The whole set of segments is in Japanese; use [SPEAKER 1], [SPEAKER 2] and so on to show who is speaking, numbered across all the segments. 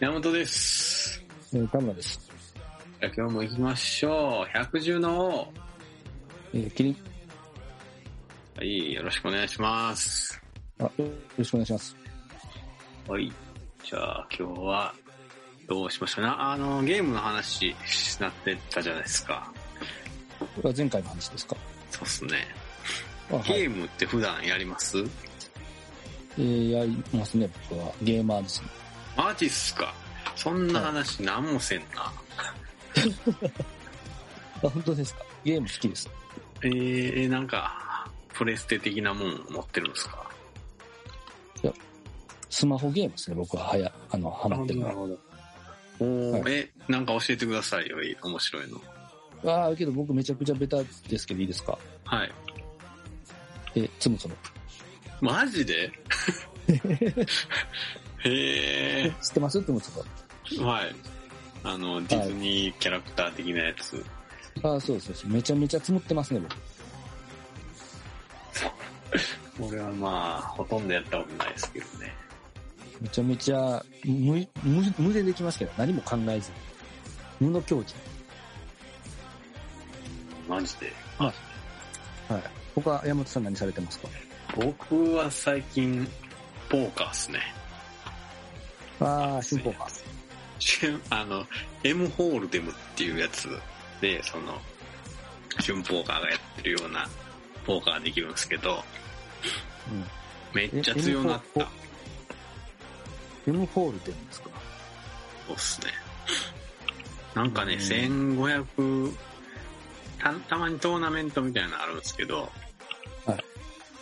[SPEAKER 1] 山本です。
[SPEAKER 2] えー、田村です。
[SPEAKER 1] じゃあ今日も行きましょう。百獣の王。
[SPEAKER 2] えー、キリ
[SPEAKER 1] はい、よろしくお願いします。
[SPEAKER 2] あ、よろしくお願いします。
[SPEAKER 1] はい。じゃあ今日は、どうしましたなあの、ゲームの話になってたじゃないですか。
[SPEAKER 2] これは前回の話ですか
[SPEAKER 1] そうっすね。
[SPEAKER 2] あ、はい。
[SPEAKER 1] ゲームって普段やります
[SPEAKER 2] えー、やりますね、僕は。ゲーマーですね。
[SPEAKER 1] マジっすかそんな話なんもせんな。
[SPEAKER 2] あ、本当ですかゲーム好きです。
[SPEAKER 1] えー、えーなんか、プレステ的なもん持ってるんですか
[SPEAKER 2] スマホゲームですね、僕は。はや、あの、ハマってるのは。
[SPEAKER 1] ほど。おー
[SPEAKER 2] は
[SPEAKER 1] え、なんか教えてくださいよ、いい面白いの。
[SPEAKER 2] あーけど僕めちゃくちゃベタですけどいいですか
[SPEAKER 1] はい。
[SPEAKER 2] えー、つむつむ。
[SPEAKER 1] マジでへえ、
[SPEAKER 2] 知ってますつむつむ。
[SPEAKER 1] はい。あの、ディズニーキャラクター的なやつ。
[SPEAKER 2] あーそうですそうです。めちゃめちゃ積もってますね、僕。
[SPEAKER 1] 俺はまあ、ほとんどやったことないですけどね。
[SPEAKER 2] めちゃめちゃ無、無、無でできますけど、何も考えずに。無の境地。
[SPEAKER 1] マジで。
[SPEAKER 2] はい。他、山本さん何されてますか
[SPEAKER 1] 僕は最近、ポーカーっすね。
[SPEAKER 2] ああ、新ポーカー。
[SPEAKER 1] 春あの、M ホールデムっていうやつで、その、春ポーカーがやってるようなポーカーできるんですけど、
[SPEAKER 2] うん。
[SPEAKER 1] めっちゃ強なった。そ
[SPEAKER 2] M ホールデムですか
[SPEAKER 1] うっすね。なんかね、
[SPEAKER 2] うん
[SPEAKER 1] 1500た、たまにトーナメントみたいなのあるんですけど、
[SPEAKER 2] はい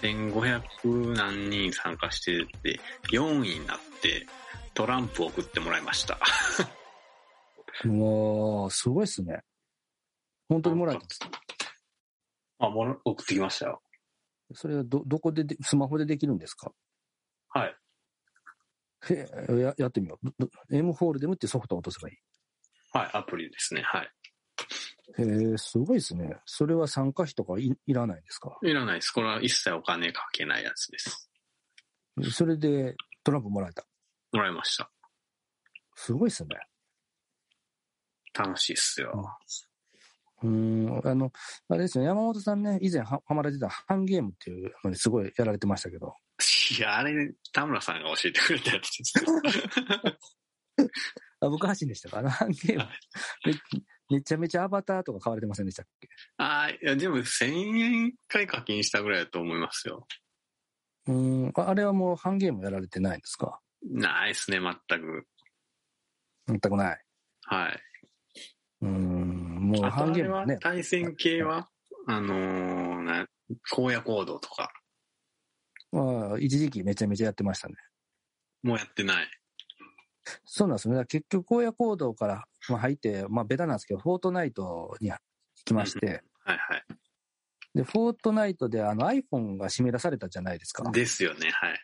[SPEAKER 1] 1500何人参加してて、4位になって、トランプを送ってもらいました。
[SPEAKER 2] うわーすごいっすね。本当にもらえたんですか
[SPEAKER 1] あ、もら送ってきましたよ。
[SPEAKER 2] それはど、どこでで、スマホでできるんですか
[SPEAKER 1] はい。
[SPEAKER 2] へえや、やってみよう。どど M ホールデムってソフトを落とせばい
[SPEAKER 1] はい、アプリですね。はい。
[SPEAKER 2] い。へえ、すごいっすね。それは参加費とかいいらないんですか
[SPEAKER 1] いらないです。これは一切お金かけないやつです。
[SPEAKER 2] それでトランプもらえた。
[SPEAKER 1] もらいました。
[SPEAKER 2] すごいっすね。
[SPEAKER 1] 楽しいっすよ。
[SPEAKER 2] うーん、あの、あれですね、山本さんね、以前はハマられてたハンゲームっていうのにすごいやられてましたけど、
[SPEAKER 1] いや、あれ、田村さんが教えてくれたやつですよ。
[SPEAKER 2] あ僕発信でしたかあのハンゲーム
[SPEAKER 1] は
[SPEAKER 2] め、めちゃめちゃアバターとか買われてませんでしたっけ
[SPEAKER 1] あーいや、でも1000円一回課金したぐらいだと思いますよ。
[SPEAKER 2] うーん、ああれはもうハンゲームやられてないんですか
[SPEAKER 1] ないですね、全く。
[SPEAKER 2] 全くない。
[SPEAKER 1] はい。
[SPEAKER 2] うーん、もう
[SPEAKER 1] あと
[SPEAKER 2] ハン
[SPEAKER 1] あ
[SPEAKER 2] ゲ
[SPEAKER 1] れ
[SPEAKER 2] ーム
[SPEAKER 1] は
[SPEAKER 2] はね、
[SPEAKER 1] 対戦系は、あのーな、荒野行動とか、
[SPEAKER 2] まあ、一時期めちゃめちゃやってましたね。
[SPEAKER 1] もうやってない。
[SPEAKER 2] そうなんですね。だから結局、荒野行動から、まあ、入って、まあ、ベタなんですけど、フォートナイトに行きまして、
[SPEAKER 1] はいはい。
[SPEAKER 2] で、フォートナイトであの iPhone が締め出されたじゃないですか。
[SPEAKER 1] ですよね、はい。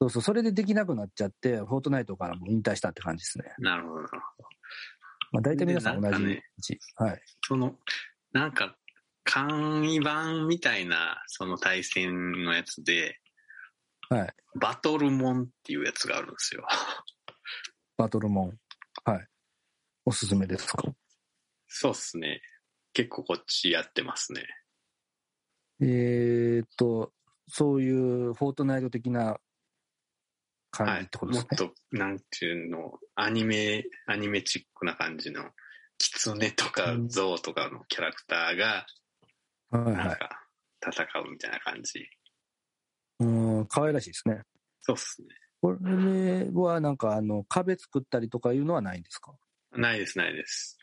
[SPEAKER 2] そうそう、それでできなくなっちゃって、フォートナイトからもう引退したって感じですね。
[SPEAKER 1] なるほど、なるほど。
[SPEAKER 2] まあ、大体皆さ
[SPEAKER 1] で
[SPEAKER 2] ん同
[SPEAKER 1] なん
[SPEAKER 2] じ
[SPEAKER 1] か
[SPEAKER 2] 位
[SPEAKER 1] ね
[SPEAKER 2] 置。はい。
[SPEAKER 1] その、なんか、簡易版みたいな、その対戦のやつで、
[SPEAKER 2] はい。
[SPEAKER 1] バトルモンっていうやつがあるんですよ。
[SPEAKER 2] バトルモン。はい。おすすめですか
[SPEAKER 1] そうっすね。結構こっちやってますね。
[SPEAKER 2] えーっと、そういうフォートナイト的な感
[SPEAKER 1] は
[SPEAKER 2] じっ
[SPEAKER 1] い
[SPEAKER 2] て。ことで
[SPEAKER 1] も
[SPEAKER 2] す
[SPEAKER 1] っ
[SPEAKER 2] ね。
[SPEAKER 1] と、なんていうの、アニメ、アニメチックな感じの、キツネとか
[SPEAKER 2] うん
[SPEAKER 1] ゾウとかのキャラクターが、
[SPEAKER 2] はい、はい、
[SPEAKER 1] なんか、戦うみたいな感じ。
[SPEAKER 2] うん、可愛らしいですね。
[SPEAKER 1] そうっすね。
[SPEAKER 2] これはなんかあの壁作ったりとかいうのはないんですか
[SPEAKER 1] ないです、ないです。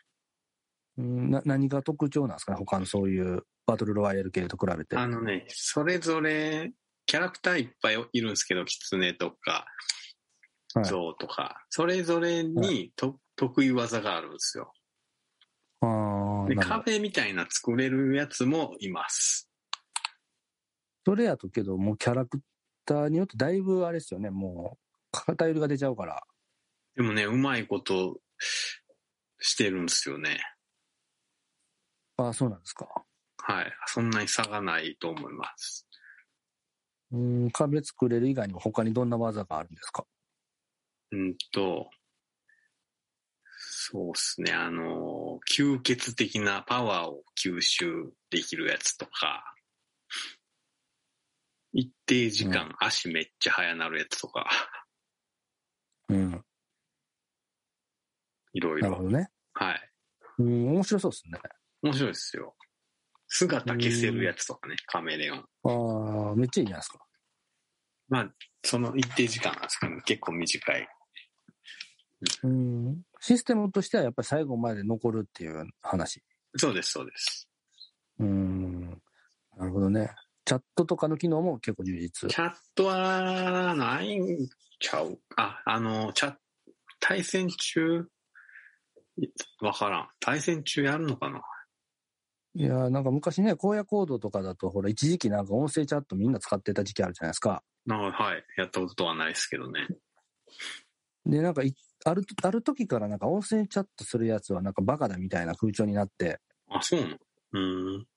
[SPEAKER 2] うんな何が特徴なんですかね他のそういうバトルロワイヤル系と比べて。
[SPEAKER 1] あのね、それぞれ、キャラクターいっぱいいるんですけど、キツネとか
[SPEAKER 2] は、い
[SPEAKER 1] ゾウとか、それぞれ
[SPEAKER 2] は
[SPEAKER 1] にと、得意技があるんですよ。
[SPEAKER 2] あー
[SPEAKER 1] で、
[SPEAKER 2] なるほど
[SPEAKER 1] 壁みたいな作れるやつもいます。
[SPEAKER 2] それやとけど、もうキャラクターによってだいぶあれですよね、もう偏りが出ちゃうから。
[SPEAKER 1] でもね、うまいことしてるんですよね。
[SPEAKER 2] ああ、そうなんですか。
[SPEAKER 1] はい。そんなに差がないと思います。
[SPEAKER 2] うん、壁作れる以外にも他にどんな技があるんですか
[SPEAKER 1] うんと、そうっすね。あの、吸血的なパワーを吸収できるやつとか、一定時間、足めっちゃ速なるやつとか、
[SPEAKER 2] うん。
[SPEAKER 1] いろい
[SPEAKER 2] なるほ
[SPEAKER 1] ろ。
[SPEAKER 2] どね。
[SPEAKER 1] はい。
[SPEAKER 2] うん、面白そうですね。
[SPEAKER 1] 面白いですよ。姿消せるやつとかね、カメレオン。
[SPEAKER 2] ああ、めっちゃいいじゃないですか。
[SPEAKER 1] まあ、その一定時間なんですけど、結構短い。
[SPEAKER 2] うん。システムとしてはやっぱり最後まで残るっていう話。
[SPEAKER 1] そうです、そうです。
[SPEAKER 2] うん。なるほどね。チャットとかの機能も結構充実
[SPEAKER 1] チ。ャットはないんちゃうあ、あの、チャ対戦中いわからん。対戦中やるのかない
[SPEAKER 2] やー、なんか昔ね、荒野行動とかだと、ほら、一時期なんか音声チャットみんな使ってた時期あるじゃないですか。
[SPEAKER 1] なんか、はい。やったことはないですけどね。
[SPEAKER 2] で、なんかい、ある、ある時からなんか音声チャットするやつはなんかバカだみたいな空調になって、
[SPEAKER 1] あ、そうなのうーん。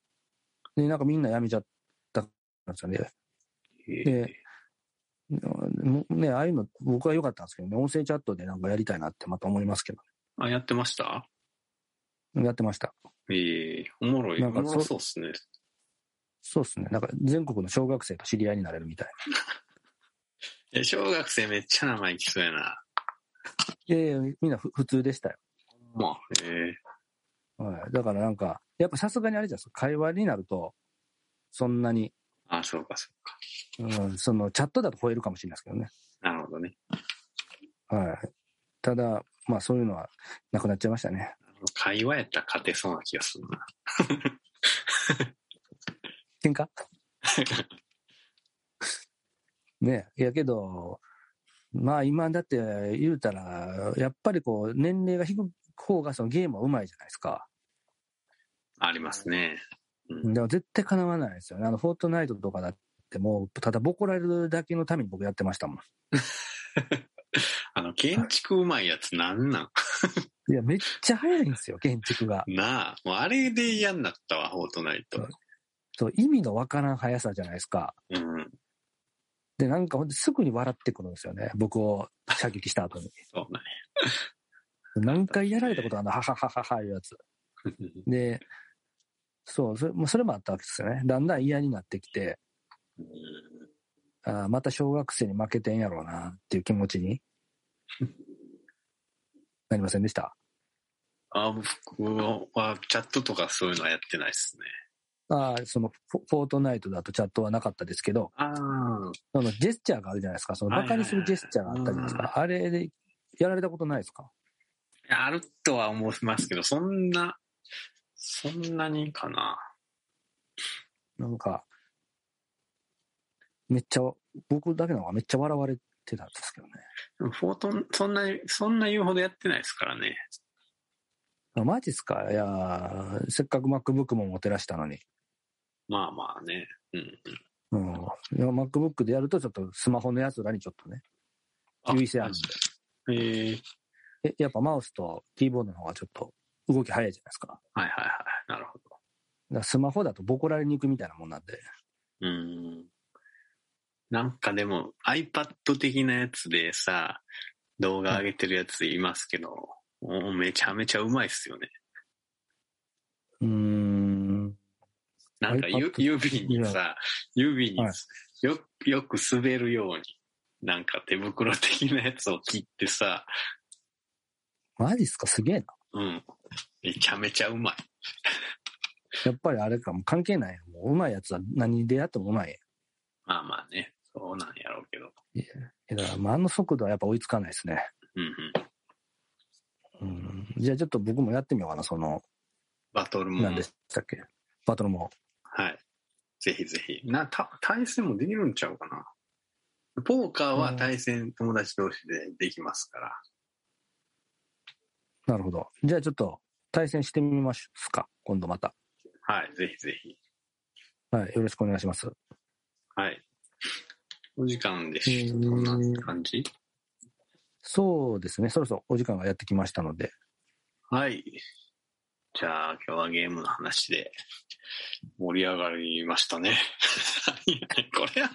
[SPEAKER 2] で、なんかみんなやめちゃったんですよね。
[SPEAKER 1] えー
[SPEAKER 2] で、もね、ああいうの僕は良かったんですけどね、音声チャットでなんかやりたいなってまた思いますけ
[SPEAKER 1] あ、やってました
[SPEAKER 2] ど、やってました。
[SPEAKER 1] ええおもろい。
[SPEAKER 2] な
[SPEAKER 1] お
[SPEAKER 2] んか
[SPEAKER 1] もろ
[SPEAKER 2] そ
[SPEAKER 1] そうっすね。
[SPEAKER 2] そうですね。なんか全国の小学生と知り合いになれるみたい
[SPEAKER 1] え小学生めっちゃ生意気そうやな。
[SPEAKER 2] な。いやいやみんなふ普通でしたよ。
[SPEAKER 1] まあ、ええ
[SPEAKER 2] はい。だからなんか、やっぱさすがにあれじゃないですか、会話になると、そんなに、
[SPEAKER 1] あ、そうか、そうか。
[SPEAKER 2] うん、そのチャットだと吠えるかもしれないですけどね。
[SPEAKER 1] なるほどね。
[SPEAKER 2] はい。ただ、まあそういうのはなくなっちゃいましたね。
[SPEAKER 1] 会話やったら勝てそうな気がするな。
[SPEAKER 2] 喧嘩ねえいやけど、まあ今だって言うたら、やっぱりこう、年齢が低い方がそのゲームはうまいじゃないですか。
[SPEAKER 1] ありますね。うん
[SPEAKER 2] でも絶対かなわないですよね。あの、フォートナイトとかだってもう、ただボコられるだけのために僕やってましたもん。
[SPEAKER 1] あの、建築うまいやつなんなん
[SPEAKER 2] いや、めっちゃ早いんですよ、建築が。
[SPEAKER 1] なあ、もうあれで嫌になったわ、フォートナイト。
[SPEAKER 2] そう、意味のわからん速さじゃないですか。
[SPEAKER 1] うん。
[SPEAKER 2] で、なんかほんですぐに笑ってくるんですよね。僕を射撃した後に。
[SPEAKER 1] そうね。
[SPEAKER 2] 何回やられたことあるの、ははははは、いうやつ。で、そう、それもうそれもあったわけですよね。だんだん嫌になってきて、
[SPEAKER 1] うん
[SPEAKER 2] あーまた小学生に負けてんやろうなっていう気持ちになりませんでした。
[SPEAKER 1] あ、僕はチャットとかそういうのはやってないですね。
[SPEAKER 2] あーそのフォ、フォートナイトだとチャットはなかったですけど、
[SPEAKER 1] ああ、
[SPEAKER 2] そのジェスチャーがあるじゃないですか。そのバカにするジェスチャーがあったじゃないですか。あれでやられたことないですか
[SPEAKER 1] あるとは思いますけど、そんな、そんなにかな。
[SPEAKER 2] なんか、めっちゃ、僕だけなのがめっちゃ笑われてたんですけどね。
[SPEAKER 1] でもフォートン、そんなに、そんな言うほどやってないですからね。
[SPEAKER 2] あマジっすかいやーせっかく MacBook も持てらしたのに。
[SPEAKER 1] まあまあね。うん。
[SPEAKER 2] うん、いや MacBook でやると、ちょっとスマホのやつらにちょっとね、優位性あるん
[SPEAKER 1] えー
[SPEAKER 2] で。えやっぱマウスとキーボードの方がちょっと動き早いじゃないですか。だか
[SPEAKER 1] はいはいはい。なるほど。
[SPEAKER 2] らスマホだとボコられに行くみたいなもんなんで。
[SPEAKER 1] うん。なんかでも iPad 的なやつでさ、動画上げてるやついますけど、もうめちゃめちゃうまいっすよね。
[SPEAKER 2] うーん。
[SPEAKER 1] なんかゆ
[SPEAKER 2] iPad
[SPEAKER 1] 指にさ、指に
[SPEAKER 2] はい
[SPEAKER 1] よよく滑るように、なんか手袋的なやつを切ってさ、
[SPEAKER 2] マジっすかすげえな。
[SPEAKER 1] うん。めちゃめちゃうまい。
[SPEAKER 2] やっぱりあれか、もう関係ない。もううまいやつは何でやってもうまい。
[SPEAKER 1] まあまあね、そうなんやろうけど。
[SPEAKER 2] だから、まあ、あの速度はやっぱ追いつかないですね。
[SPEAKER 1] うんうん。
[SPEAKER 2] うん。じゃあちょっと僕もやってみようかな、その、
[SPEAKER 1] バトルも。
[SPEAKER 2] 何でしたっけ。バトルも。
[SPEAKER 1] はい。ぜひぜひ。な、た、対戦もできるんちゃうかな。ポーカーは対戦友達同士でできますから。
[SPEAKER 2] なるほど。じゃあちょっと対戦してみますか。今度また。
[SPEAKER 1] はい。ぜひぜひ。
[SPEAKER 2] はい。よろしくお願いします。
[SPEAKER 1] はい。お時間で
[SPEAKER 2] え
[SPEAKER 1] す。
[SPEAKER 2] ー
[SPEAKER 1] こんな感じ
[SPEAKER 2] そうですね、そろそろお時間がやってきましたので、
[SPEAKER 1] はい。じゃあ、今日はゲームの話で盛り上がりましたね。 何やねん これは。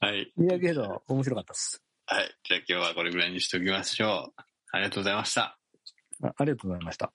[SPEAKER 1] はい。
[SPEAKER 2] いやけど、面白かったです。
[SPEAKER 1] はい。じゃあ今日はこれぐらいにしておきましょう。ありがとうございました。
[SPEAKER 2] あありがとうございました。